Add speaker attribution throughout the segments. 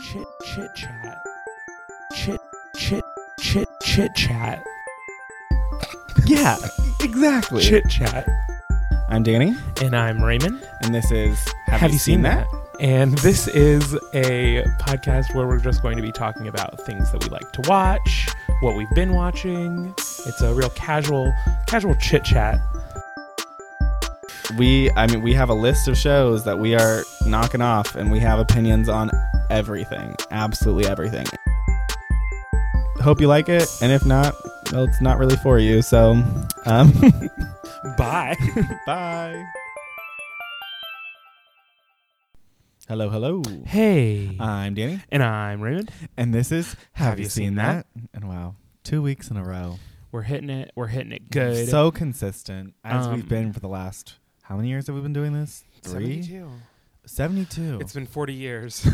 Speaker 1: chit chat. Chit chit chit chit chat.
Speaker 2: Yeah, exactly.
Speaker 1: Chit chat.
Speaker 2: I'm Danny,
Speaker 1: And I'm Raymond.
Speaker 2: and this is Have,
Speaker 1: you seen And this is a podcast where we're just going to be talking about things that we like to watch, what we've been watching. It's a real casual casual chit chat.
Speaker 2: We, I mean, we have a list of shows that we are knocking off, and we have opinions on everything, absolutely everything. Hope you like it, and if not, well, it's not really for you. So, um,
Speaker 1: Bye.
Speaker 2: bye. Hello, hello.
Speaker 1: Hey.
Speaker 2: I'm Danny,
Speaker 1: and I'm Raymond.
Speaker 2: and this is Have,
Speaker 1: You Seen That?
Speaker 2: And wow, two weeks in a row.
Speaker 1: We're hitting it. We're hitting it good.
Speaker 2: So consistent as
Speaker 1: Um,
Speaker 2: we've been for the last how many years have we been doing this? Three? 72.
Speaker 1: been 40 years.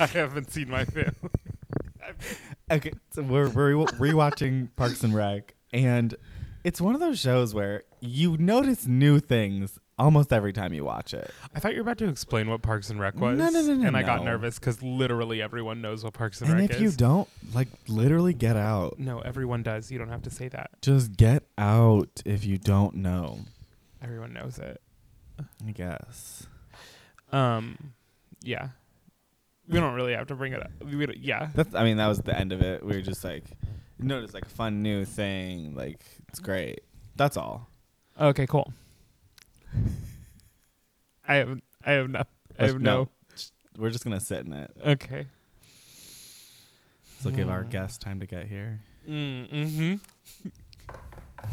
Speaker 1: I haven't seen my family.
Speaker 2: okay, so we're, we're re- rewatching Parks and Rec, and it's one of those shows where you notice new things almost every time you watch it.
Speaker 1: I thought you were about to explain what Parks and Rec was.
Speaker 2: No, no, no, no,
Speaker 1: And I got
Speaker 2: no.
Speaker 1: nervous because literally everyone knows what Parks and,
Speaker 2: And
Speaker 1: Rec
Speaker 2: if
Speaker 1: is.
Speaker 2: you don't, like, literally get out.
Speaker 1: no, everyone does. You don't have to say that.
Speaker 2: Just get out if you don't know,
Speaker 1: Everyone knows it.
Speaker 2: I guess.
Speaker 1: Um, yeah. We don't really have to bring it up. We don't, yeah.
Speaker 2: That's, I mean, that was the end of it. We were just like, notice like a fun new thing. Like, it's great. That's all.
Speaker 1: Okay, cool. I have I have no I
Speaker 2: Let's-
Speaker 1: have no.
Speaker 2: Oh, We're just going to sit in it.
Speaker 1: Okay.
Speaker 2: So give our
Speaker 1: Hmm.
Speaker 2: guest time to get here.
Speaker 1: Mm,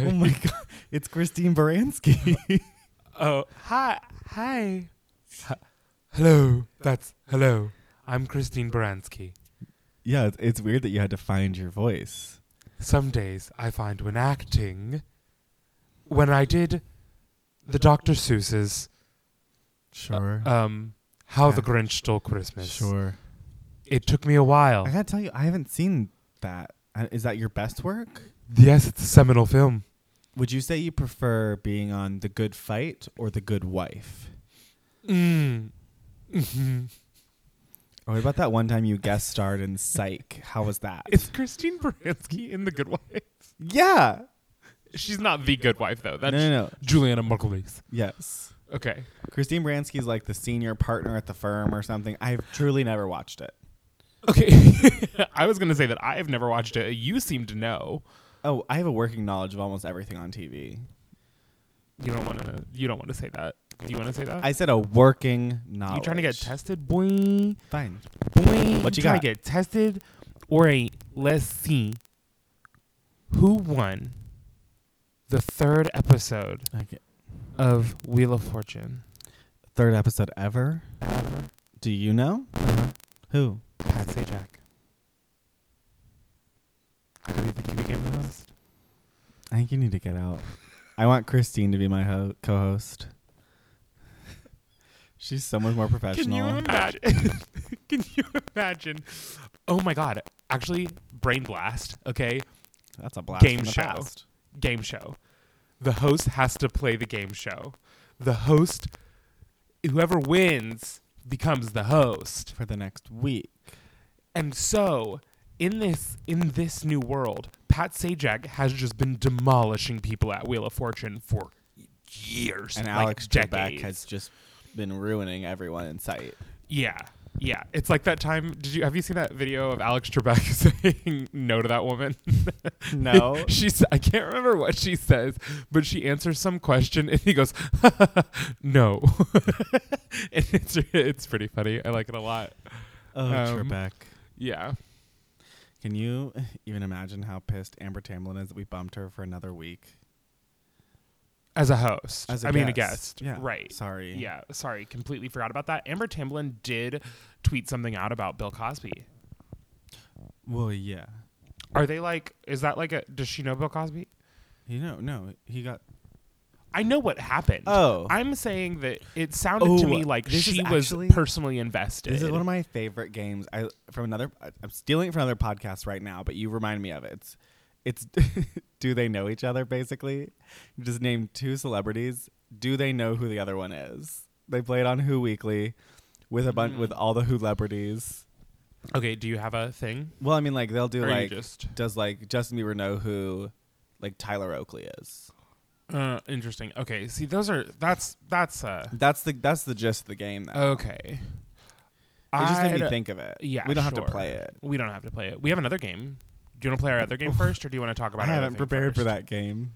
Speaker 2: oh my god, it's Christine Baranski.
Speaker 1: hmm Oh, hi. Hi. Hello. That's hello. I'm Christine Baranski.
Speaker 2: yeah, it's, it's weird that you had to find your voice.
Speaker 1: Some days I find when acting, when I did the Dr. Seuss's,
Speaker 2: Sure.
Speaker 1: um, How the
Speaker 2: Yeah.
Speaker 1: Grinch Stole Christmas.
Speaker 2: sure.
Speaker 1: It took me a while.
Speaker 2: uh, I gotta tell you, I haven't seen that. Uh, Is that your best work?
Speaker 1: Yes, it's a seminal film.
Speaker 2: Would you say you prefer being on The Good Fight or The Good Wife?
Speaker 1: Mm. Mhm.
Speaker 2: Or Oh, what about that one time you guest starred in Psych? How was that?
Speaker 1: Is Christine Baranski in The Good Wife?
Speaker 2: yeah.
Speaker 1: She's not the good wife, though.
Speaker 2: No,
Speaker 1: That's
Speaker 2: no, no.
Speaker 1: Juliana Margulies.
Speaker 2: Yes.
Speaker 1: Okay.
Speaker 2: Christine Baranski's like the senior partner at the firm or something. I've truly never watched it.
Speaker 1: Okay. I was going to say that I have never watched it. You seem to know.
Speaker 2: Oh, I have a working knowledge of almost everything on TV.
Speaker 1: You don't want to. You don't want to say that. Do you want to say that?
Speaker 2: I said a working knowledge.
Speaker 1: you trying to get tested, boy?
Speaker 2: Fine.
Speaker 1: Boy,
Speaker 2: What you
Speaker 1: trying
Speaker 2: got?
Speaker 1: to get tested or ain't? Let's see. Who won the third episode
Speaker 2: Okay.
Speaker 1: of Wheel of Fortune?
Speaker 2: Third episode ever.
Speaker 1: Ever?
Speaker 2: Do you know
Speaker 1: Uh-huh.
Speaker 2: who?
Speaker 1: Pat Sajak. How do you think he became the host?
Speaker 2: I think you need to get out. I want Christine to be my ho- co-host. She's so much more
Speaker 1: Can
Speaker 2: professional.
Speaker 1: you imagine? Can you imagine? Oh my god. Actually, Brain Blast, okay?
Speaker 2: That's a blast.
Speaker 1: Game
Speaker 2: from the
Speaker 1: show.
Speaker 2: past.
Speaker 1: Game show. The host has to play the game show. The host whoever wins becomes the host.
Speaker 2: for the next week.
Speaker 1: And so, in this in this new world, Pat Sajak has just been demolishing people at Wheel of Fortune for years,
Speaker 2: And
Speaker 1: like
Speaker 2: Alex
Speaker 1: decades.
Speaker 2: Trebek has just been ruining everyone in sight.
Speaker 1: Yeah. Yeah. It's like that time did you have you seen that video of Alex Trebek saying no to that woman?
Speaker 2: No.
Speaker 1: She's I can't remember what she says, but she answers some question and he goes, "No." and it's it's pretty funny. I like it a lot.
Speaker 2: Oh,
Speaker 1: Um,
Speaker 2: Trebek.
Speaker 1: Yeah.
Speaker 2: Can you even imagine how pissed Amber Tamlin is that we bumped her for another week?
Speaker 1: As a host. As
Speaker 2: As a
Speaker 1: mean a
Speaker 2: guest.
Speaker 1: guest.
Speaker 2: Yeah.
Speaker 1: Right.
Speaker 2: Sorry.
Speaker 1: Yeah, sorry, completely forgot about that. Amber Tamblyn did tweet something out about Bill Cosby.
Speaker 2: Well, yeah.
Speaker 1: Are they like is that like a does she know Bill Cosby?
Speaker 2: You know, no, he got.
Speaker 1: I know what happened.
Speaker 2: Oh,
Speaker 1: I'm saying that it sounded to
Speaker 2: Oh,
Speaker 1: me like
Speaker 2: this
Speaker 1: she
Speaker 2: is
Speaker 1: was
Speaker 2: actually-
Speaker 1: personally invested.
Speaker 2: this is one of my favorite games. I from another. I- I'm stealing it from another podcast right now, but you remind me of it. It's, it's do they know each other? Basically, you just name two celebrities. Do they know who the other one is? They play it on Who Weekly. with a bunch with all the celebrities.
Speaker 1: Okay, do you have a thing?
Speaker 2: Well, I mean, like they'll do
Speaker 1: Or you
Speaker 2: like
Speaker 1: just-
Speaker 2: does like Justin Bieber know who like Tyler Oakley is?
Speaker 1: Uh, interesting. Okay, see, those are that's that's uh
Speaker 2: That's the that's the gist of the game. Though.
Speaker 1: okay. Uh,
Speaker 2: It just made me
Speaker 1: I'd-
Speaker 2: think of it.
Speaker 1: Yeah,
Speaker 2: we don't have
Speaker 1: sure.
Speaker 2: to play it.
Speaker 1: We don't have to play it. We have another game. Do you want to play our other game first, or do you want to talk about?
Speaker 2: I
Speaker 1: our other
Speaker 2: haven't
Speaker 1: thing
Speaker 2: prepared for
Speaker 1: first?
Speaker 2: that game.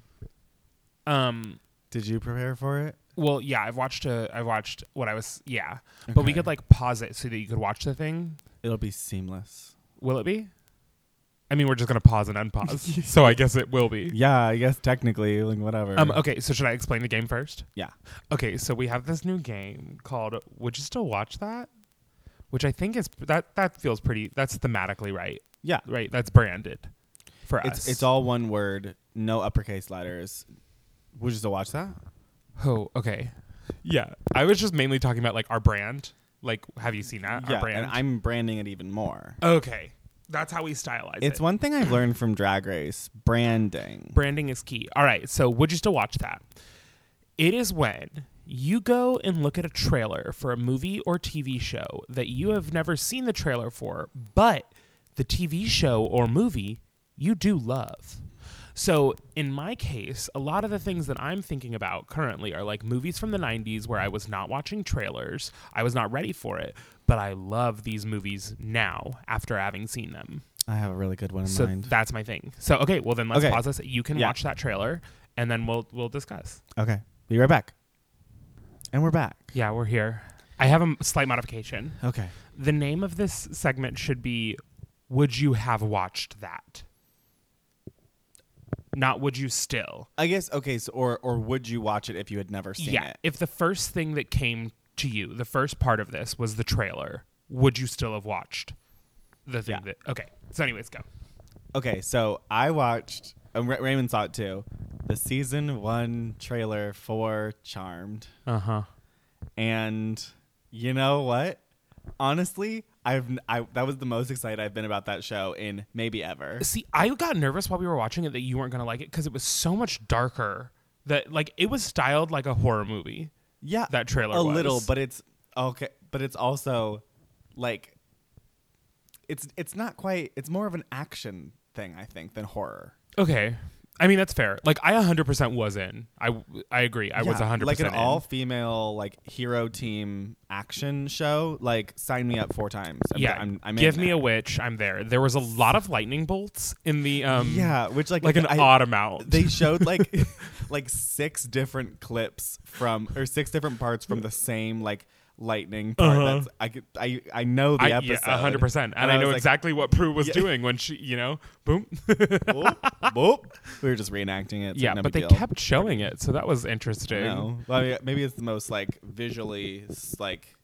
Speaker 1: Um.
Speaker 2: Did you prepare for it?
Speaker 1: Well, yeah, I've watched. Uh, I watched what I was. Yeah, but we
Speaker 2: Okay.
Speaker 1: could like pause it so that you could watch the thing.
Speaker 2: It'll be seamless.
Speaker 1: Will it be? I mean, we're just gonna pause and unpause, so I guess it will be.
Speaker 2: Yeah, I guess technically, like whatever.
Speaker 1: Um. Okay. So should I explain the game first?
Speaker 2: yeah.
Speaker 1: Okay. So we have this new game called "Would You Still Watch That," which I think is that that feels pretty. That's thematically right.
Speaker 2: Yeah.
Speaker 1: Right. That's branded for
Speaker 2: It's
Speaker 1: us.
Speaker 2: it's all one word, no uppercase letters. Would you still watch that?
Speaker 1: Oh. Okay. Yeah. I was just mainly talking about like our brand. Like, have you seen that? our brand.
Speaker 2: and I'm branding it even more.
Speaker 1: okay. That's how we stylize it.
Speaker 2: it's one thing I've learned from Drag Race branding.
Speaker 1: Branding is key. All right, so would you still watch that? It is when you go and look at a trailer for a movie or TV show that you have never seen the trailer for, but the TV show or movie you do love. So, in my case, a lot of the things that I'm thinking about currently are like movies from the 90s where I was not watching trailers, I was not ready for it, but I love these movies now after having seen them
Speaker 2: I have a really good one in
Speaker 1: so
Speaker 2: mind.
Speaker 1: that's my thing. So okay, well then let's
Speaker 2: Okay.
Speaker 1: pause this. You can
Speaker 2: Yeah.
Speaker 1: watch that trailer, and then we'll we'll discuss.
Speaker 2: okay, be right back. And we're Oh. back.
Speaker 1: Yeah, we're here. I have a m- slight modification.
Speaker 2: Okay.
Speaker 1: The name of this segment should be "Would you have watched that?" Not "Would you still."
Speaker 2: I guess okay. So, or or would you watch it if you had never seen
Speaker 1: yeah.
Speaker 2: it?
Speaker 1: If the first thing that came to you, the first part of this was the trailer, would you still have watched the thing
Speaker 2: Yeah.
Speaker 1: that? Okay. So anyways, go.
Speaker 2: Okay, so I watched. Um, Ra- Raymond saw it too. The season one trailer for Charmed.
Speaker 1: Uh huh.
Speaker 2: and you know what honestly i've I, that was the most excited i've been about that show in maybe ever
Speaker 1: See, I got nervous while we were watching it that you weren't gonna like it because it was so much darker. That like it was styled like a horror movie.
Speaker 2: yeah
Speaker 1: That trailer
Speaker 2: a
Speaker 1: was.
Speaker 2: little but it's okay but it's also like it's it's not quite it's more of an action thing i think than horror
Speaker 1: Okay, I mean that's fair. Like I 100% was in. I I agree. I was
Speaker 2: Yeah,
Speaker 1: 100
Speaker 2: like an
Speaker 1: percent
Speaker 2: all female like hero team action show like sign me up four times I'm,
Speaker 1: yeah,
Speaker 2: I'm, I'm in
Speaker 1: give me
Speaker 2: there.
Speaker 1: a witch. I'm there. There was a lot of lightning bolts in the um
Speaker 2: yeah which like
Speaker 1: like an
Speaker 2: I-
Speaker 1: odd amount.
Speaker 2: they showed like like six different clips from or six different parts from the same like lightning part.
Speaker 1: Uh-huh.
Speaker 2: That's I, could- I I know the
Speaker 1: I,
Speaker 2: episode.
Speaker 1: yeah, 100%. And, I,
Speaker 2: was
Speaker 1: know
Speaker 2: like,
Speaker 1: exactly what Prue was
Speaker 2: Yeah.
Speaker 1: doing when she, you know, boom.
Speaker 2: Boop, boop. We were just reenacting it. It's
Speaker 1: yeah,
Speaker 2: like, no
Speaker 1: but
Speaker 2: big
Speaker 1: they
Speaker 2: deal.
Speaker 1: kept showing it, so that was interesting.
Speaker 2: No, well, I mean, maybe it's the most like visually s- like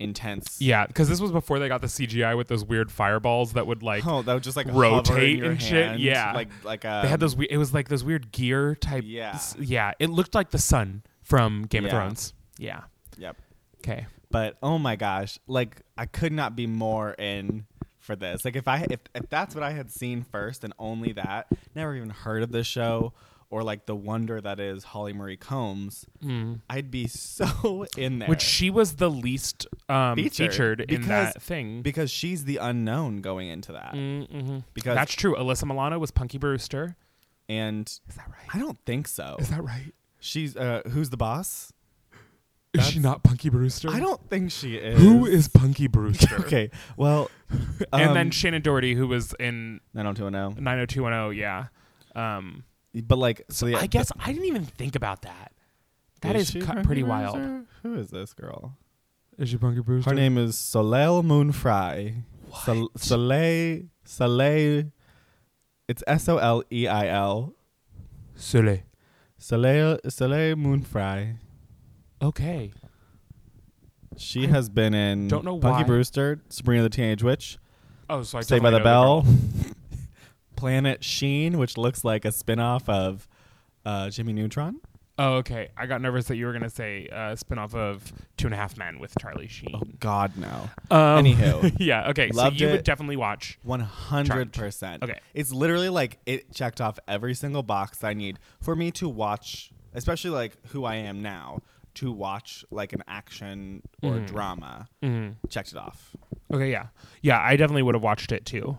Speaker 2: intense.
Speaker 1: Yeah, because this was before they got the CGI with those weird fireballs that would like
Speaker 2: Oh, that would just like hover
Speaker 1: rotate
Speaker 2: in your
Speaker 1: and shit,
Speaker 2: hand,
Speaker 1: yeah.
Speaker 2: like like uh
Speaker 1: they had those. We- it was like those weird gear type.
Speaker 2: Yeah.
Speaker 1: s- yeah. It looked like the sun from Game of
Speaker 2: Yeah.
Speaker 1: Thrones. Yeah.
Speaker 2: Yep.
Speaker 1: Okay.
Speaker 2: but oh my gosh like i could not be more in for this like if i if, if that's what i had seen first and only that never even heard of this show or like the wonder that is holly marie combs i'd be so in there
Speaker 1: mm. Which she was the least um,
Speaker 2: Featured,
Speaker 1: featured, in
Speaker 2: because-
Speaker 1: that thing.
Speaker 2: because she's the unknown going into that
Speaker 1: mm-hmm.
Speaker 2: because
Speaker 1: That's true. Alyssa Milano was Punky Brewster.
Speaker 2: and
Speaker 1: Is that right?
Speaker 2: i don't think so
Speaker 1: Is that right?
Speaker 2: she's uh who's the boss
Speaker 1: Is she not Punky Brewster?
Speaker 2: i don't think she is
Speaker 1: Who is um, Punky Brewster?
Speaker 2: okay Um, well
Speaker 1: and then Shannon Doherty, who was in
Speaker 2: 90210
Speaker 1: 90210. Yeah. Um,
Speaker 2: but like so yeah
Speaker 1: I guess I didn't even think about that. That is,
Speaker 2: she
Speaker 1: cu-
Speaker 2: Punky
Speaker 1: pretty
Speaker 2: Brewster?
Speaker 1: wild.
Speaker 2: who is this girl
Speaker 1: Is she Punky Brewster?
Speaker 2: Her name is Soleil Moon Fry. Sol- Soleil, Soleil, it's S O L E I L.
Speaker 1: Sully.
Speaker 2: Soleil, Soleil Moon Fry.
Speaker 1: Okay.
Speaker 2: She
Speaker 1: I
Speaker 2: has been in
Speaker 1: don't know
Speaker 2: Punky
Speaker 1: why.
Speaker 2: Brewster, Sabrina the Teenage Witch,
Speaker 1: Oh, so I
Speaker 2: Saved by the
Speaker 1: definitely know
Speaker 2: Bell, Planet Sheen, which looks like a spin off of uh, Jimmy Neutron.
Speaker 1: girl. Oh, okay. I got nervous that you were gonna say uh, spin off of Two and a Half Men with Charlie Sheen.
Speaker 2: Oh, God, no.
Speaker 1: Um,
Speaker 2: Oh. Anywho.
Speaker 1: yeah. Okay.
Speaker 2: Loved
Speaker 1: so you
Speaker 2: it.
Speaker 1: would definitely watch.
Speaker 2: 100%.
Speaker 1: Okay.
Speaker 2: It's literally like it checked off every single box I need for me to watch, especially like who I am now. to watch like an action or
Speaker 1: Mm-hmm.
Speaker 2: drama, checked it off.
Speaker 1: Okay, yeah, yeah. I definitely would have watched it too.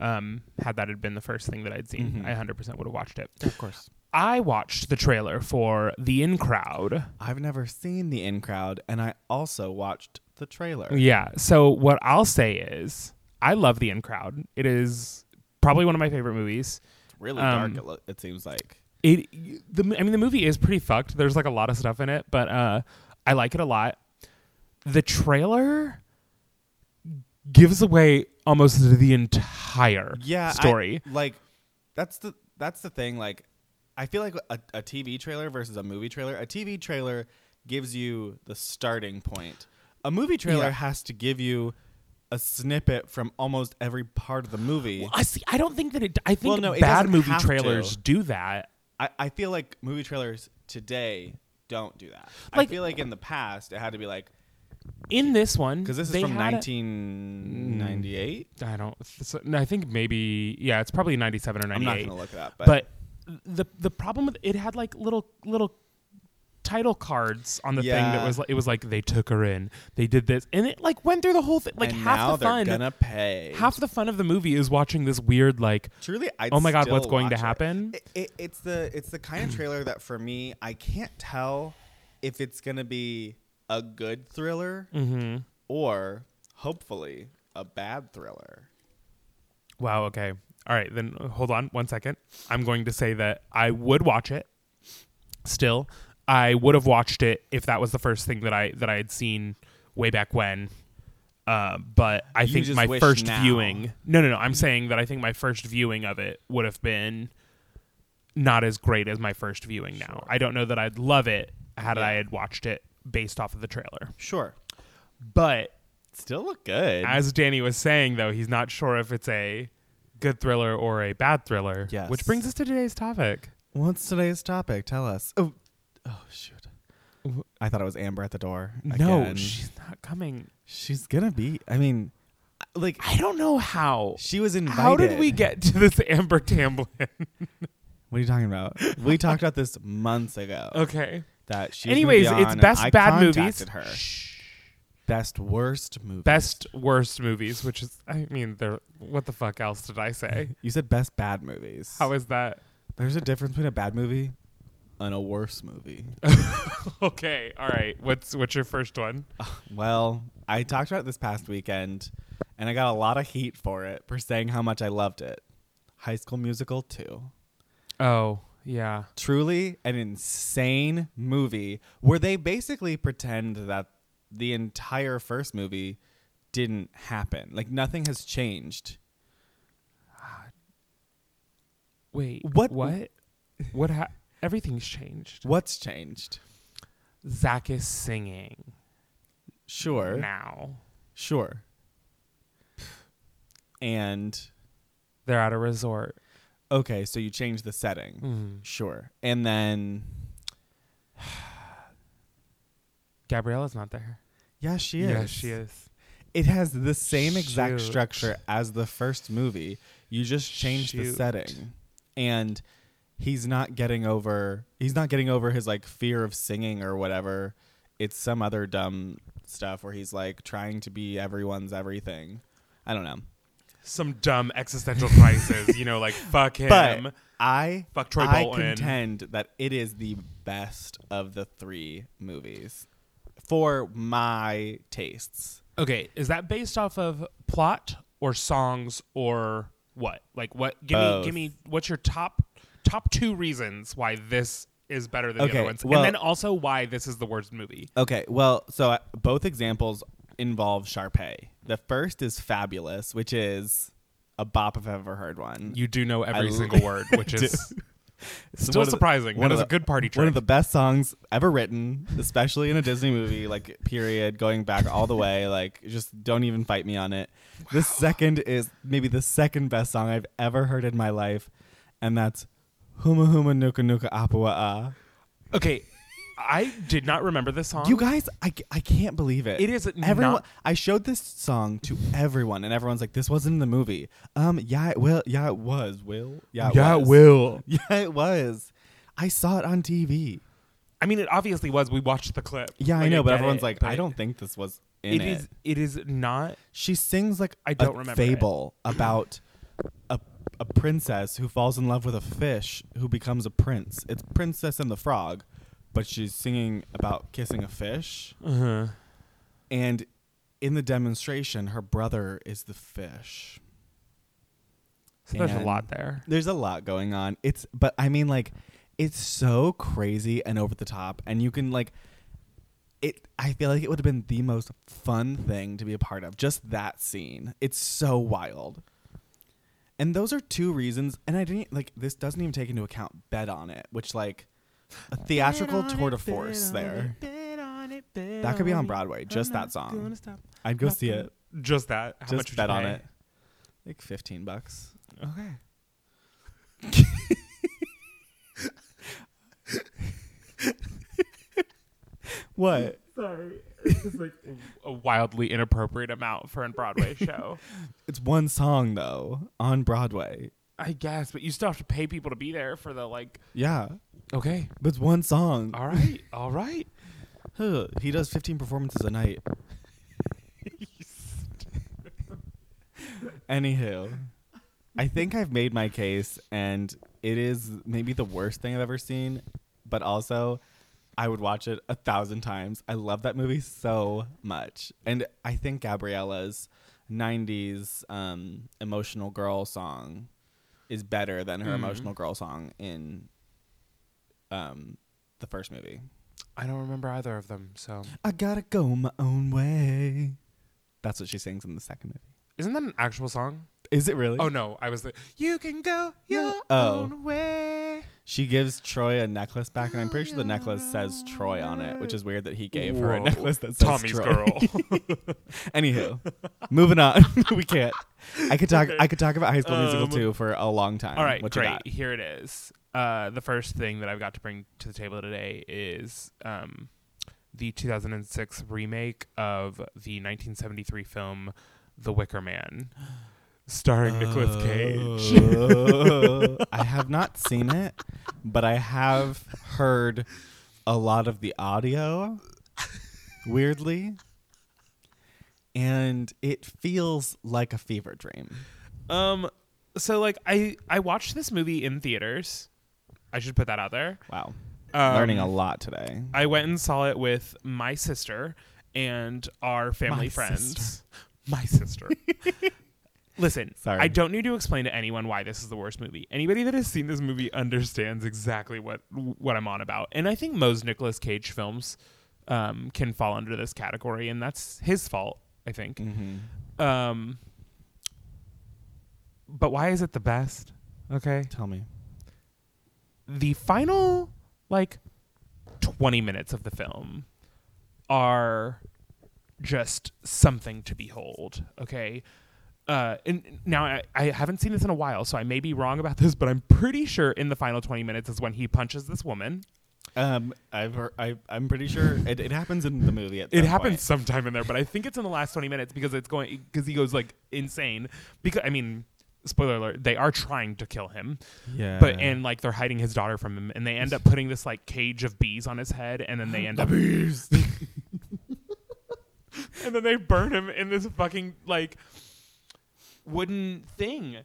Speaker 1: Um, had that had been the first thing that I'd seen,
Speaker 2: Mm-hmm.
Speaker 1: I 100 percent would have watched it.
Speaker 2: Of course.
Speaker 1: I watched the trailer for The In Crowd.
Speaker 2: I've never seen The In Crowd, and I also watched the trailer.
Speaker 1: Yeah. So what I'll say is, I love The In Crowd. It is probably one of my favorite movies.
Speaker 2: Really
Speaker 1: Um,
Speaker 2: dark, it, lo- it seems like.
Speaker 1: It, the, I mean, the movie is pretty fucked. There's like a lot of stuff in it, but uh, I like it a lot. The trailer gives away almost the entire
Speaker 2: Yeah. I-
Speaker 1: story.
Speaker 2: like, that's the that's the thing. Like, I feel like a, a TV trailer versus a movie trailer. A TV trailer gives you the starting point. A movie trailer
Speaker 1: Yeah.
Speaker 2: has to give you a snippet from almost every part of the movie.
Speaker 1: I see. I don't think that it. I think
Speaker 2: Well, no, it
Speaker 1: bad
Speaker 2: doesn't
Speaker 1: movie
Speaker 2: have to.
Speaker 1: trailers do that.
Speaker 2: I, I feel like movie trailers today don't do that.
Speaker 1: Like-
Speaker 2: I feel like in the past it had to be like
Speaker 1: In this one,
Speaker 2: because this is
Speaker 1: they
Speaker 2: from
Speaker 1: had a-
Speaker 2: 1998.
Speaker 1: I don't. so- no, I think maybe yeah, it's probably ninety seven or
Speaker 2: I'm
Speaker 1: ninety
Speaker 2: not
Speaker 1: eight.
Speaker 2: gonna look it up, but,
Speaker 1: But the the problem with it had like little little title cards on the thing that
Speaker 2: Yeah.
Speaker 1: was like, it was like they took her in, they did this, and it like went through the whole thing. Like
Speaker 2: and
Speaker 1: half
Speaker 2: now
Speaker 1: the fun,
Speaker 2: they're gonna pay.
Speaker 1: half the fun of the movie is watching this weird like,
Speaker 2: Truly, i
Speaker 1: oh my god, what's going to happen?
Speaker 2: It. It, it's the it's the kind of trailer that for me I can't tell if it's gonna be a good thriller
Speaker 1: Mm-hmm.
Speaker 2: or hopefully a bad thriller.
Speaker 1: Wow. Okay. All right. Then uh, hold on one second. I'm going to say that I would watch it. Still, I would have watched it if that was the first thing that I that I had seen way back when. Uh, but I
Speaker 2: You
Speaker 1: think
Speaker 2: just
Speaker 1: my
Speaker 2: wish
Speaker 1: first
Speaker 2: now.
Speaker 1: viewing. No, no, no. I'm saying that I think my first viewing of it would have been not as great as my first viewing. Now I don't know that I'd love it had
Speaker 2: Yeah.
Speaker 1: I had watched it based off of the trailer.
Speaker 2: Sure,
Speaker 1: But
Speaker 2: still look good.
Speaker 1: as Danny was saying, though, he's not sure if it's a good thriller or a bad thriller.
Speaker 2: Yes.
Speaker 1: Which brings us to today's topic.
Speaker 2: What's today's topic? Tell us. Oh, oh shoot. I thought it was Amber at the door.
Speaker 1: No,
Speaker 2: again.
Speaker 1: she's not coming.
Speaker 2: she's gonna be. I mean, like
Speaker 1: I don't know how.
Speaker 2: she was invited.
Speaker 1: How did we get to this Amber Tamblyn?
Speaker 2: What are you talking about? we talked about this months ago.
Speaker 1: okay.
Speaker 2: That she.
Speaker 1: Anyways, it's best bad movies.
Speaker 2: Her.
Speaker 1: Shh.
Speaker 2: Best worst movie.
Speaker 1: Best worst movies, which is I mean, they're what the fuck else did I say?
Speaker 2: You said best bad movies.
Speaker 1: How is that?
Speaker 2: There's a difference between a bad movie and a worse movie.
Speaker 1: Okay, all right. What's what's your first one?
Speaker 2: Well, I talked about it this past weekend, and I got a lot of heat for it for saying how much I loved it. High School Musical 2.
Speaker 1: Oh, yeah.
Speaker 2: Truly an insane movie where they basically pretend that the entire first movie didn't happen. Like nothing has changed.
Speaker 1: Wait.
Speaker 2: What-
Speaker 1: What? What? Ha- everything's changed.
Speaker 2: What's changed?
Speaker 1: Zach is singing
Speaker 2: Sure.
Speaker 1: now.
Speaker 2: Sure. And
Speaker 1: They're at a resort.
Speaker 2: okay, so you change the setting.
Speaker 1: Mm. Mm-hmm.
Speaker 2: Sure. And then
Speaker 1: Gabriella's not there.
Speaker 2: yeah, she is.
Speaker 1: Yes, she is.
Speaker 2: It has the same exact
Speaker 1: Shoot.
Speaker 2: structure as the first movie. You just change the
Speaker 1: Shoot.
Speaker 2: setting. And he's not getting over he's not getting over his like fear of singing or whatever. It's some other dumb stuff where he's like trying to be everyone's everything. I don't know.
Speaker 1: Some dumb existential crisis, you know, like fuck him.
Speaker 2: But I
Speaker 1: Fuck Troy
Speaker 2: I
Speaker 1: Bolton.
Speaker 2: contend that it is the best of the three movies for my tastes.
Speaker 1: okay, is that based off of plot or songs or what? Like what? Give me,
Speaker 2: Both.
Speaker 1: give me. What's your top top two reasons why this is better than the
Speaker 2: Okay,
Speaker 1: other ones,
Speaker 2: well-
Speaker 1: and then also why this is the worst movie?
Speaker 2: Okay, well, so uh, both examples involve Sharpay. The first is Fabulous, which is a bop if I've ever heard one.
Speaker 1: You do know every
Speaker 2: l-
Speaker 1: single word, which
Speaker 2: do.
Speaker 1: is
Speaker 2: It's
Speaker 1: still
Speaker 2: one of the-
Speaker 1: surprising.
Speaker 2: one
Speaker 1: That
Speaker 2: of
Speaker 1: is a
Speaker 2: the-
Speaker 1: good party
Speaker 2: One
Speaker 1: trick.
Speaker 2: of the best songs ever written, especially in a Disney movie, like period, going back all the way. Like, just don't even fight me on it. The second is maybe the second best song I've ever heard in my life, and that's Huma Huma Nuka Nuka Apua Ah.
Speaker 1: Okay, I did not remember this song.
Speaker 2: You guys, I, ca- I can't believe it.
Speaker 1: It is
Speaker 2: everyone.
Speaker 1: not-
Speaker 2: I showed this song to everyone, and everyone's like, "This wasn't in the movie." Um, yeah, it will. Yeah, it was. Will. Yeah, it was.
Speaker 1: will.
Speaker 2: Yeah, it was. I saw it on TV.
Speaker 1: I mean, it obviously was. We watched the clip.
Speaker 2: Yeah, I
Speaker 1: Like,
Speaker 2: know, but
Speaker 1: get
Speaker 2: everyone's
Speaker 1: it,
Speaker 2: like,
Speaker 1: but
Speaker 2: I don't think this was in
Speaker 1: It
Speaker 2: it.
Speaker 1: is. It is not.
Speaker 2: She sings like
Speaker 1: I don't
Speaker 2: a
Speaker 1: remember it.
Speaker 2: fable about a a princess who falls in love with a fish who becomes a prince. It's Princess and the Frog, but she's singing about kissing a fish.
Speaker 1: Uh-huh.
Speaker 2: And in the demonstration, her brother is the fish.
Speaker 1: So there's a
Speaker 2: And-
Speaker 1: lot there.
Speaker 2: There's a lot going on. It's but I mean like it's so crazy and over the top and you can like it I feel like it would have been the most fun thing to be a part of. Just that scene. It's so wild. And those are two reasons and I didn't like this doesn't even take into account bet on it, which like a theatrical tour de force there. That could be on Broadway, just that song. I'd go see it.
Speaker 1: Just that. How
Speaker 2: Just
Speaker 1: much would you
Speaker 2: bet on
Speaker 1: pay?
Speaker 2: it. Like 15 bucks.
Speaker 1: Okay.
Speaker 2: What?
Speaker 1: Sorry. It's like a wildly inappropriate amount for a Broadway show.
Speaker 2: It's one song though on Broadway.
Speaker 1: I guess, but you still have to pay people to be there for the like.
Speaker 2: Yeah,
Speaker 1: Okay.
Speaker 2: but it's one song.
Speaker 1: All right. All right.
Speaker 2: Huh, He does 15 performances a night. Anywho, I think I've made my case, and it is maybe the worst thing I've ever seen, but also I would watch it a thousand times. I love that movie so much. And I think Gabriella's 90s um, emotional girl song is better than her emotional girl song in um, the first movie.
Speaker 1: I don't remember either of them. So
Speaker 2: I gotta go my own way. That's what she sings in the second movie.
Speaker 1: isn't that an actual song?
Speaker 2: Is it really?
Speaker 1: Oh no, I was. The, you can go your
Speaker 2: Oh.
Speaker 1: own way.
Speaker 2: She gives Troy a necklace back, and I'm pretty sure the necklace says Troy on it, which is weird that he gave her a
Speaker 1: Whoa.
Speaker 2: necklace that says
Speaker 1: Tommy's
Speaker 2: Troy.
Speaker 1: girl.
Speaker 2: Anywho, moving on. we can't. I could talk.
Speaker 1: Okay.
Speaker 2: I could talk about High School Musical
Speaker 1: Um,
Speaker 2: too for a long time.
Speaker 1: All right,
Speaker 2: What you
Speaker 1: great.
Speaker 2: got?
Speaker 1: Here it is. Uh, the first thing that I've got to bring to the table today is um, the 2006 remake of the 1973 film The Wicker Man, starring Nicolas Cage.
Speaker 2: Oh, I have not seen it, but I have heard a lot of the audio, weirdly. And it feels like a fever dream.
Speaker 1: Um, so like I I watched this movie in theaters. I should put that out there.
Speaker 2: Wow.
Speaker 1: Um,
Speaker 2: Learning a lot today.
Speaker 1: I went and saw it with my sister and our family
Speaker 2: My
Speaker 1: friends.
Speaker 2: sister.
Speaker 1: My sister. Listen,
Speaker 2: Sorry.
Speaker 1: I don't need to explain to anyone why this is the worst movie. Anybody that has seen this movie understands exactly what what I'm on about. And I think most Nicolas Cage films um, can fall under this category, and that's his fault, I think.
Speaker 2: Mhm.
Speaker 1: Um, but why is it the best? Okay
Speaker 2: Tell me.
Speaker 1: the final like 20 minutes of the film are just something to behold okay uh, and now I, I haven't seen this in a while, so I may be wrong about this, but I'm pretty sure in the final 20 minutes is when he punches this woman.
Speaker 2: Um, I've heard, I, I'm pretty sure it, it happens in the movie. At
Speaker 1: It
Speaker 2: some
Speaker 1: happens
Speaker 2: point.
Speaker 1: sometime in there, but I think it's in the last 20 minutes because it's going because he goes like insane. Because I mean, spoiler alert, they are trying to kill him.
Speaker 2: Yeah.
Speaker 1: but and like they're hiding his daughter from him and they end up putting this like cage of bees on his head and then they end up bees and then they burn him in this fucking like wooden thing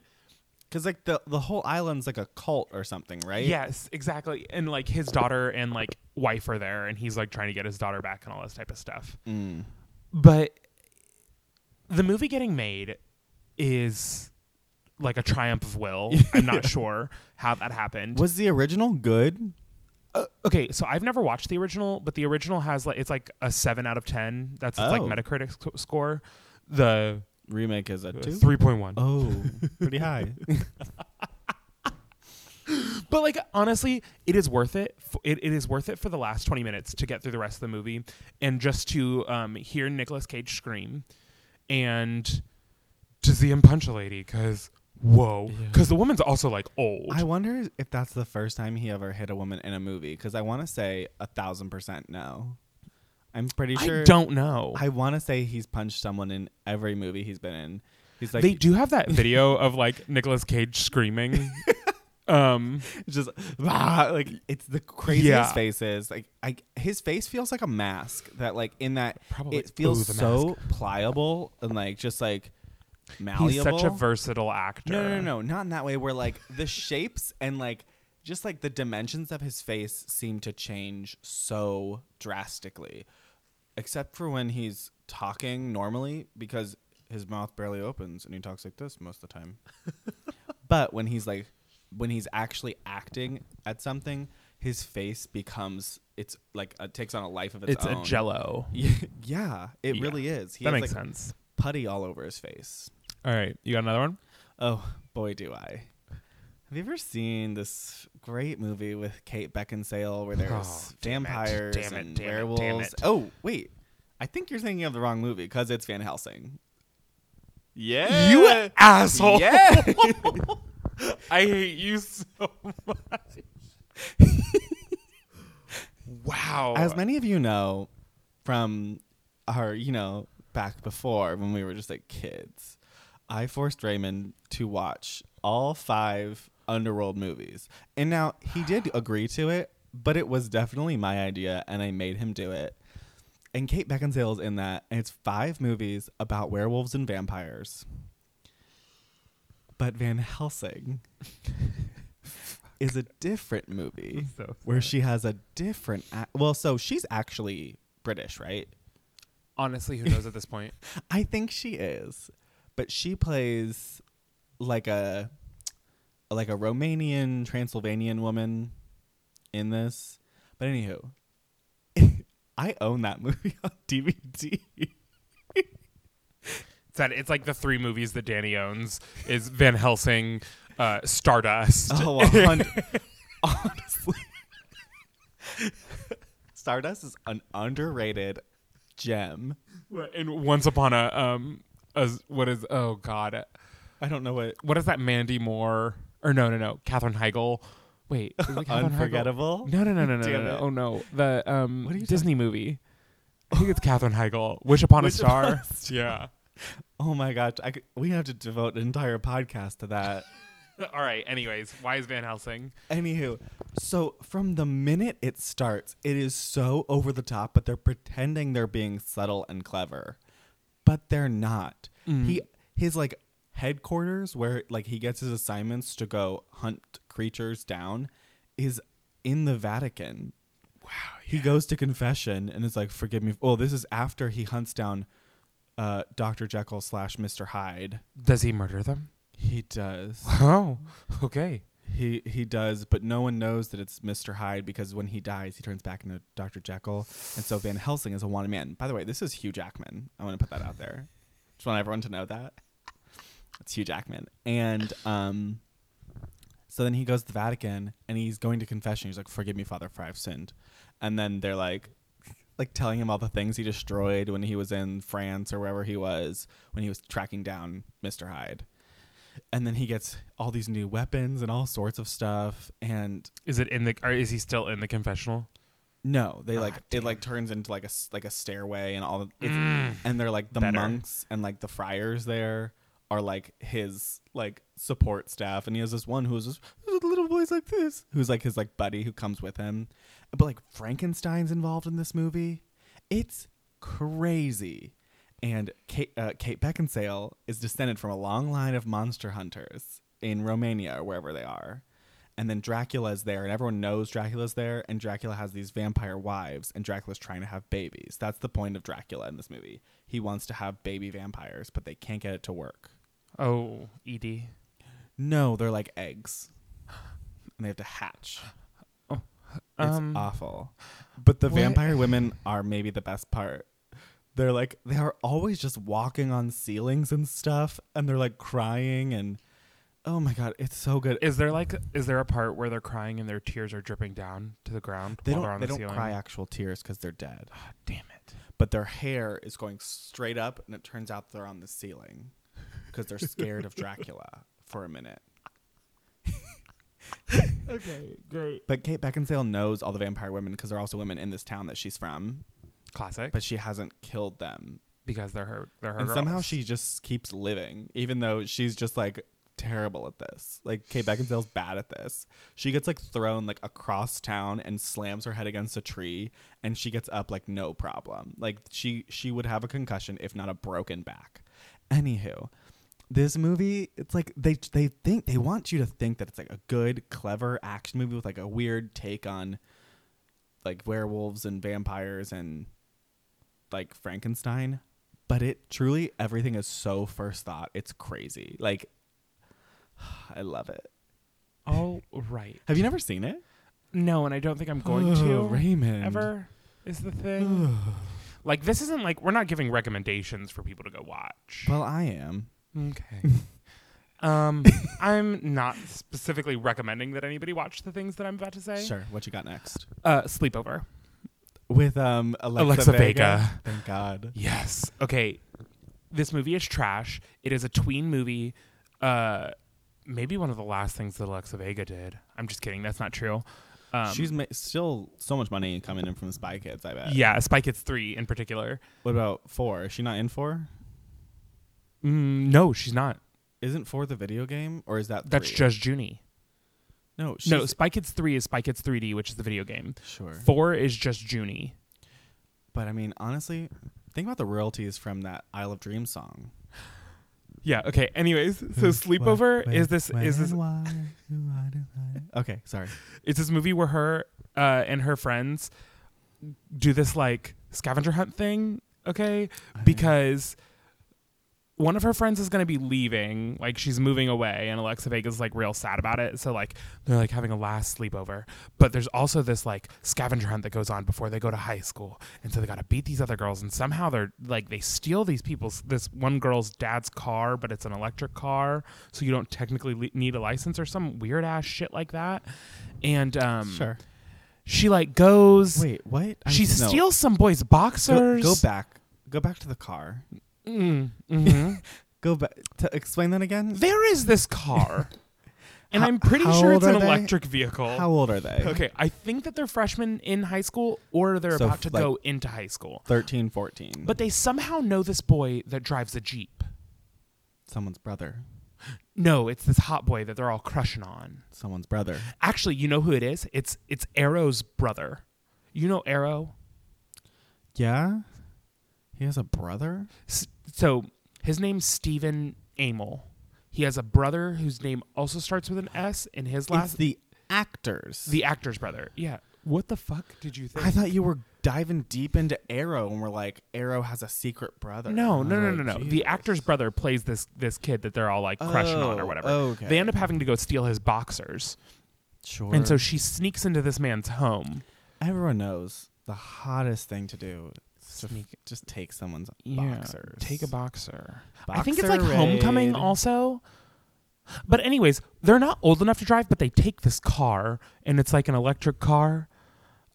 Speaker 2: because like the the whole island's like a cult or something, right?
Speaker 1: yes exactly and like his daughter and like wife are there and he's like trying to get his daughter back and all this type of stuff
Speaker 2: Mm.
Speaker 1: but the movie getting made is like a triumph of will i'm not sure how that happened
Speaker 2: Was the original good?
Speaker 1: Uh, okay, so I've never watched the original, but the original has like it's like a seven out of ten. That's its like
Speaker 2: Oh.
Speaker 1: Metacritic sc- score. The
Speaker 2: Remake is a two.
Speaker 1: three point one.
Speaker 2: Oh, pretty high.
Speaker 1: But like honestly, it is worth it. F- it. It is worth it for the last twenty minutes to get through the rest of the movie and just to um, hear Nicolas Cage scream and to see him punch a lady because whoa,
Speaker 2: Yeah.
Speaker 1: because the woman's also like old.
Speaker 2: I wonder if that's the first time he ever hit a woman in a movie because I want to say a thousand percent no. I'm pretty
Speaker 1: I
Speaker 2: sure.
Speaker 1: don't know.
Speaker 2: I want to say he's punched someone in every movie he's been in. He's like,
Speaker 1: they do have that video of like Nicolas Cage screaming Um,
Speaker 2: It's just "Ah," like it's the craziest
Speaker 1: Yeah.
Speaker 2: faces. Like I, his face feels like a mask that like in that
Speaker 1: Probably.
Speaker 2: it feels
Speaker 1: Ooh, the
Speaker 2: so pliable and like just like malleable.
Speaker 1: he's such a versatile actor.
Speaker 2: no, no, no, not in that way. Where like the shapes and like just like the dimensions of his face seem to change so drastically, except for when he's talking normally because his mouth barely opens and he talks like this most of the time. but when he's like, when he's actually acting at something, his face becomes it's like it takes on a life of its,
Speaker 1: It's
Speaker 2: own.
Speaker 1: a jello.
Speaker 2: Yeah, it
Speaker 1: Yeah.
Speaker 2: really is. He
Speaker 1: that
Speaker 2: has
Speaker 1: makes
Speaker 2: like
Speaker 1: sense.
Speaker 2: putty all over his face.
Speaker 1: All right, you got another one?
Speaker 2: Oh boy, do I! Have you ever seen this great movie with Kate Beckinsale where there's
Speaker 1: Oh, damn it,
Speaker 2: vampires
Speaker 1: damn it,
Speaker 2: and
Speaker 1: damn it, damn
Speaker 2: werewolves?
Speaker 1: it.
Speaker 2: Oh wait, I think you're thinking of the wrong movie because it's Van Helsing. Yeah,
Speaker 1: You asshole!
Speaker 2: Eh, Yeah,
Speaker 1: I hate you so much. wow.
Speaker 2: as many of you know from our, you know, back before when we were just like kids, I forced Raymond to watch all five Underworld movies. And now he did agree to it, but it was definitely my idea and I made him do it. And Kate Beckinsale's in that, and it's five movies about werewolves and vampires. But Van Helsing is a different movie
Speaker 1: I'm so
Speaker 2: where
Speaker 1: sorry.
Speaker 2: she has a different. ac well, so she's actually British, right?
Speaker 1: Honestly, who knows at this point?
Speaker 2: I think she is, but she plays like a like a Romanian Transylvanian woman in this. But anywho, I own that movie on DVD.
Speaker 1: It's that it's like the three movies that Danny owns is Van Helsing, uh, Stardust.
Speaker 2: Oh, a hun- honestly, Stardust is an underrated gem.
Speaker 1: And once upon a um, a, what is oh god,
Speaker 2: I don't know what
Speaker 1: what is that? Mandy Moore or no no no, Katherine Heigl. Wait, is it Katherine Heigl?
Speaker 2: unforgettable.
Speaker 1: No no no no no, no,
Speaker 2: Damn
Speaker 1: no.
Speaker 2: it.
Speaker 1: oh no the um
Speaker 2: What are you
Speaker 1: Disney movie. I think it's Katherine Heigl. Wish upon a
Speaker 2: Wish
Speaker 1: star.
Speaker 2: Upon a
Speaker 1: Yeah.
Speaker 2: Oh my gosh, I could, we have to devote an entire podcast to that.
Speaker 1: All right. Anyways, why is Van Helsing?
Speaker 2: Anywho, so from the minute it starts, it is so over the top, but they're pretending they're being subtle and clever, but they're not. He his like headquarters where like he gets his assignments to go hunt creatures down is in the Vatican. Wow. He goes to confession and is like, "Forgive me." Well, this is after he hunts down uh, Doctor Jekyll slash Mister Hyde.
Speaker 1: Does he murder them?
Speaker 2: He does.
Speaker 1: Oh, okay.
Speaker 2: He he does, but no one knows that it's Mr. Hyde because when he dies, he turns back into Dr. Jekyll, and so Van Helsing is a wanted man. By the way, this is Hugh Jackman. I want to put that out there. Just want everyone to know that it's Hugh Jackman, and um, so then he goes to the Vatican and he's going to confession. He's like, "Forgive me, Father, for I've sinned," and then they're like, like telling him all the things he destroyed when he was in France or wherever he was when he was tracking down Mr. Hyde. And then he gets all these new weapons and all sorts of stuff. And
Speaker 1: Is it in the? Or is he still in the confessional?
Speaker 2: no, they like
Speaker 1: Ah,
Speaker 2: it like turns into like a s- like a stairway and all. It's,
Speaker 1: Mm.
Speaker 2: and they're like the
Speaker 1: Better.
Speaker 2: monks and like the friars there are like his like support staff and he has this one who's this this little voice like this who's like his like buddy who comes with him but like frankenstein's involved in this movie it's crazy and kate, uh, kate beckinsale is descended from a long line of monster hunters in romania or wherever they are and then Dracula's there, and everyone knows Dracula's there, and Dracula has these vampire wives, and Dracula's trying to have babies. That's the point of Dracula in this movie. He wants to have baby vampires, but they can't get it to work.
Speaker 1: Oh, Edie.
Speaker 2: No, they're like eggs, and they have to hatch. It's
Speaker 1: Um,
Speaker 2: awful. But the
Speaker 1: what-
Speaker 2: vampire women are maybe the best part. They're like they are always just walking on ceilings and stuff, and they're like crying and oh my god, it's so good.
Speaker 1: Is there like is there a part where they're crying and their tears are dripping down to the ground
Speaker 2: they
Speaker 1: while they're
Speaker 2: don't
Speaker 1: on
Speaker 2: they
Speaker 1: the
Speaker 2: don't
Speaker 1: ceiling?
Speaker 2: cry actual tears because they're dead.
Speaker 1: Damn it.
Speaker 2: but their hair is going straight up, and it turns out they're on the ceiling because they're scared of Dracula for a minute.
Speaker 1: Okay, great.
Speaker 2: But Kate Beckinsale knows all the vampire women because they're also women in this town that she's from,
Speaker 1: Classic.
Speaker 2: but she hasn't killed them.
Speaker 1: because they're her they're her
Speaker 2: and somehow
Speaker 1: girls.
Speaker 2: she just keeps living, even though she's just like terrible at this. Like Kate Beckinsale's bad at this. She gets like thrown like across town and slams her head against a tree and she gets up like no problem. Like she she would have a concussion if not a broken back. Anywho, this movie it's like they they think they want you to think that it's like a good clever action movie with like a weird take on like werewolves and vampires and like Frankenstein, but it truly everything is so first thought. It's crazy. Like I love it.
Speaker 1: All Oh, right.
Speaker 2: Have you never seen it?
Speaker 1: No, and I don't think I'm going to.
Speaker 2: Raymond.
Speaker 1: Oh. Ever is the thing. like this isn't like we're not giving recommendations for people to go watch.
Speaker 2: Well, I am.
Speaker 1: Okay. um, I'm not specifically recommending that anybody watch the things that I'm about to say.
Speaker 2: Sure. What you got next?
Speaker 1: Uh, sleepover.
Speaker 2: With um Alexa,
Speaker 1: Alexa
Speaker 2: Vega.
Speaker 1: Vega.
Speaker 2: Thank God.
Speaker 1: Yes. Okay. This movie is trash. It is a tween movie. Uh, maybe one of the last things that Alexa Vega did. I'm just kidding. That's not true. Um,
Speaker 2: She's ma- still so much money coming in from Spy Kids. I bet.
Speaker 1: yeah, Spy Kids three in particular.
Speaker 2: What about four? Is she not in four?
Speaker 1: Mm, no, she's not.
Speaker 2: Isn't four the video game, or is that
Speaker 1: That's
Speaker 2: three?
Speaker 1: Judge Junie.
Speaker 2: no? She's,
Speaker 1: No, Spy Kids three is Spy Kids 3D, which is the video game.
Speaker 2: sure.
Speaker 1: Four is just Junie.
Speaker 2: But I mean, honestly, think about the royalties from that Isle of Dreams song.
Speaker 1: Yeah. Okay. Anyways,
Speaker 2: Hmm.
Speaker 1: so sleepover is this is this
Speaker 2: okay, sorry.
Speaker 1: it's this movie where her uh, and her friends do this like scavenger hunt thing. Okay, because one of her friends is going to be leaving, like she's moving away, and Alexa Vega's like real sad about it. So like they're like having a last sleepover, but there's also this like scavenger hunt that goes on before they go to high school, and so they got to beat these other girls, and somehow they're like they steal these people's this one girl's dad's car, but it's an electric car, so you don't technically le- need a license or some weird ass shit like that, and um,
Speaker 2: sure.
Speaker 1: she like goes.
Speaker 2: Wait, what? I-
Speaker 1: she
Speaker 2: no.
Speaker 1: steals some boys'
Speaker 2: Go,
Speaker 1: boxers.
Speaker 2: go back. Go back to the car.
Speaker 1: Mm, mhm.
Speaker 2: Go back. To explain that again.
Speaker 1: there is this car. and
Speaker 2: How-
Speaker 1: I'm pretty
Speaker 2: how
Speaker 1: sure
Speaker 2: old
Speaker 1: it's an
Speaker 2: are they?
Speaker 1: electric vehicle.
Speaker 2: How old are they?
Speaker 1: okay, I think that they're freshmen in high school or they're
Speaker 2: So,
Speaker 1: about to
Speaker 2: like-
Speaker 1: go into high school.
Speaker 2: 13, 14.
Speaker 1: But they somehow know this boy that drives a Jeep.
Speaker 2: someone's brother.
Speaker 1: No, it's this hot boy that they're all crushing on.
Speaker 2: Someone's brother.
Speaker 1: Actually, you know who it is? It's it's Arrow's brother. You know Arrow?
Speaker 2: Yeah? He has a brother?
Speaker 1: S- so his name's Steven Amell. He has a brother whose name also starts with an S, and his
Speaker 2: it's
Speaker 1: last
Speaker 2: the actors.
Speaker 1: the actor's brother. Yeah. What the fuck did you think?
Speaker 2: I thought you were diving deep into Arrow and we're like, Arrow has a secret brother.
Speaker 1: no,
Speaker 2: And
Speaker 1: no,
Speaker 2: I'm
Speaker 1: no, no,
Speaker 2: like,
Speaker 1: no.
Speaker 2: "Jeez."
Speaker 1: The actor's brother plays this this kid that they're all like crushing on or
Speaker 2: Oh,
Speaker 1: whatever.
Speaker 2: okay.
Speaker 1: They end up having to go steal his boxers,
Speaker 2: Sure.
Speaker 1: and so she sneaks into this man's home.
Speaker 2: everyone knows the hottest thing to do is to
Speaker 1: Sneak-
Speaker 2: just take someone's boxers.
Speaker 1: take a boxer.
Speaker 2: boxer.
Speaker 1: I think it's like homecoming also. But anyways, they're not old enough to drive, but they take this car and it's like an electric car.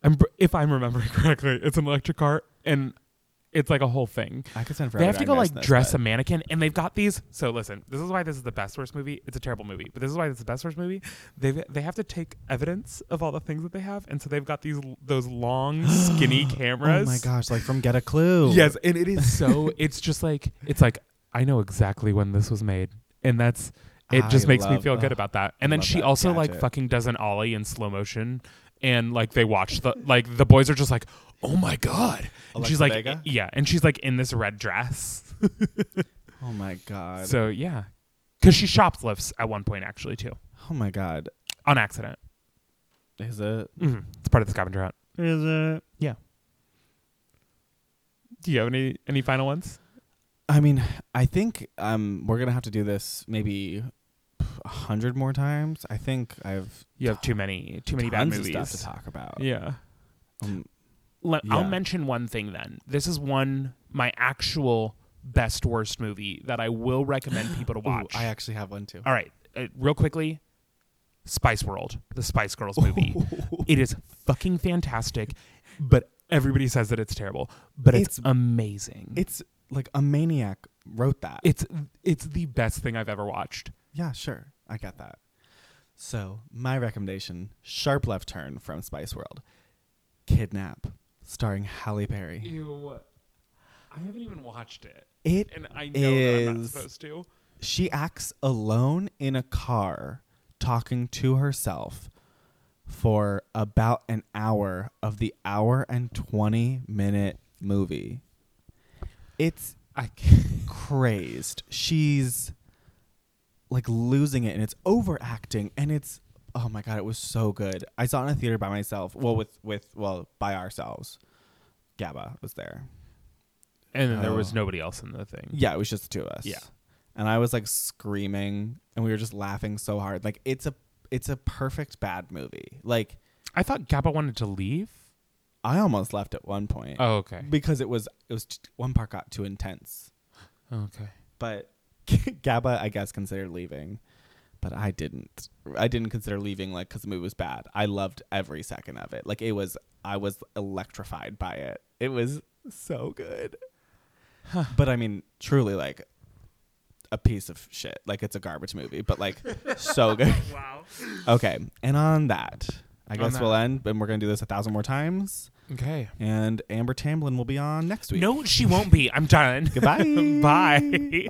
Speaker 1: I'm, br- if I'm remembering correctly, it's an electric car and it's like a whole thing.
Speaker 2: I could send
Speaker 1: They have to go like dress a mannequin and they've got these. So listen, this is why this is the best worst movie. It's a terrible movie, but this is why it's the best worst movie. They they have to take evidence of all the things that they have and so they've got these those long skinny
Speaker 2: Oh
Speaker 1: cameras.
Speaker 2: my gosh, like from Get a Clue.
Speaker 1: Yes, and it is so. it's just like it's like I know exactly when this was made, and that's it. Just
Speaker 2: I
Speaker 1: makes me
Speaker 2: love-
Speaker 1: feel good
Speaker 2: ugh,
Speaker 1: about that.
Speaker 2: I
Speaker 1: And then
Speaker 2: love
Speaker 1: she
Speaker 2: that
Speaker 1: also like
Speaker 2: gadget.
Speaker 1: fucking does an ollie in slow motion, and like they watch the like the boys are just like, oh my god. And she's
Speaker 2: Alexa
Speaker 1: like, "E-"
Speaker 2: Vega?
Speaker 1: yeah, and she's like in this red dress.
Speaker 2: Oh my god.
Speaker 1: so yeah, because she shoplifts at one point actually too,
Speaker 2: oh my god.
Speaker 1: on accident.
Speaker 2: Is it?
Speaker 1: hmm It's part of the scavenger hunt.
Speaker 2: Is it?
Speaker 1: Do you have any any final ones?
Speaker 2: I mean, I think um we're gonna have to do this maybe a hundred more times. I think I've
Speaker 1: You have too many too many bad
Speaker 2: tons
Speaker 1: movies.
Speaker 2: of stuff to talk about.
Speaker 1: Yeah.
Speaker 2: Um,
Speaker 1: Let, I'll
Speaker 2: Yeah.
Speaker 1: mention one thing then. This is one my actual best worst movie that I will recommend people to
Speaker 2: ooh,
Speaker 1: watch.
Speaker 2: I actually have one too.
Speaker 1: All right, uh, real quickly, Spice World, the Spice Girls movie. it is fucking fantastic, but everybody says that it's terrible, but it's,
Speaker 2: It's-
Speaker 1: amazing.
Speaker 2: It's like a maniac wrote that.
Speaker 1: it's it's the best thing I've ever watched.
Speaker 2: Yeah, sure. I got that. So, my recommendation sharp left turn from Spice World Kidnap, starring Halle
Speaker 1: Mm.
Speaker 2: Berry.
Speaker 1: Ew. I haven't even watched it,
Speaker 2: It
Speaker 1: and I
Speaker 2: know that I'm not Is- supposed
Speaker 1: to.
Speaker 2: She acts alone in a car talking to herself for about an hour of the hour and 20 minute movie. It's
Speaker 1: I can't.
Speaker 2: crazed. She's like losing it and it's overacting and it's oh my god, it was so good. I saw it in a theater by myself. Well, with with well, by ourselves. Gabba was there.
Speaker 1: And then there was
Speaker 2: Oh.
Speaker 1: nobody else in the thing.
Speaker 2: Yeah, it was just the two of us.
Speaker 1: Yeah.
Speaker 2: And I was like screaming and we were just laughing so hard. Like it's a it's a perfect bad movie. Like
Speaker 1: I thought Gabba wanted to leave.
Speaker 2: I almost left at one point
Speaker 1: Oh, okay.
Speaker 2: because it was it was t- one part got too intense.
Speaker 1: Okay.
Speaker 2: but Gabba, I guess, considered leaving, but I didn't. I didn't consider leaving like because the movie was bad. I loved every second of it. Like it was, I was electrified by it. It was so good. But I mean, truly, like a piece of shit. Like it's a garbage movie, but like so good.
Speaker 1: Wow.
Speaker 2: Okay, and on that, I
Speaker 1: On
Speaker 2: guess we'll
Speaker 1: that.
Speaker 2: end, and we're gonna do this a thousand more times.
Speaker 1: Okay.
Speaker 2: And Amber Tamblyn will be on next week.
Speaker 1: No, she won't be. I'm done.
Speaker 2: Goodbye.
Speaker 1: Bye.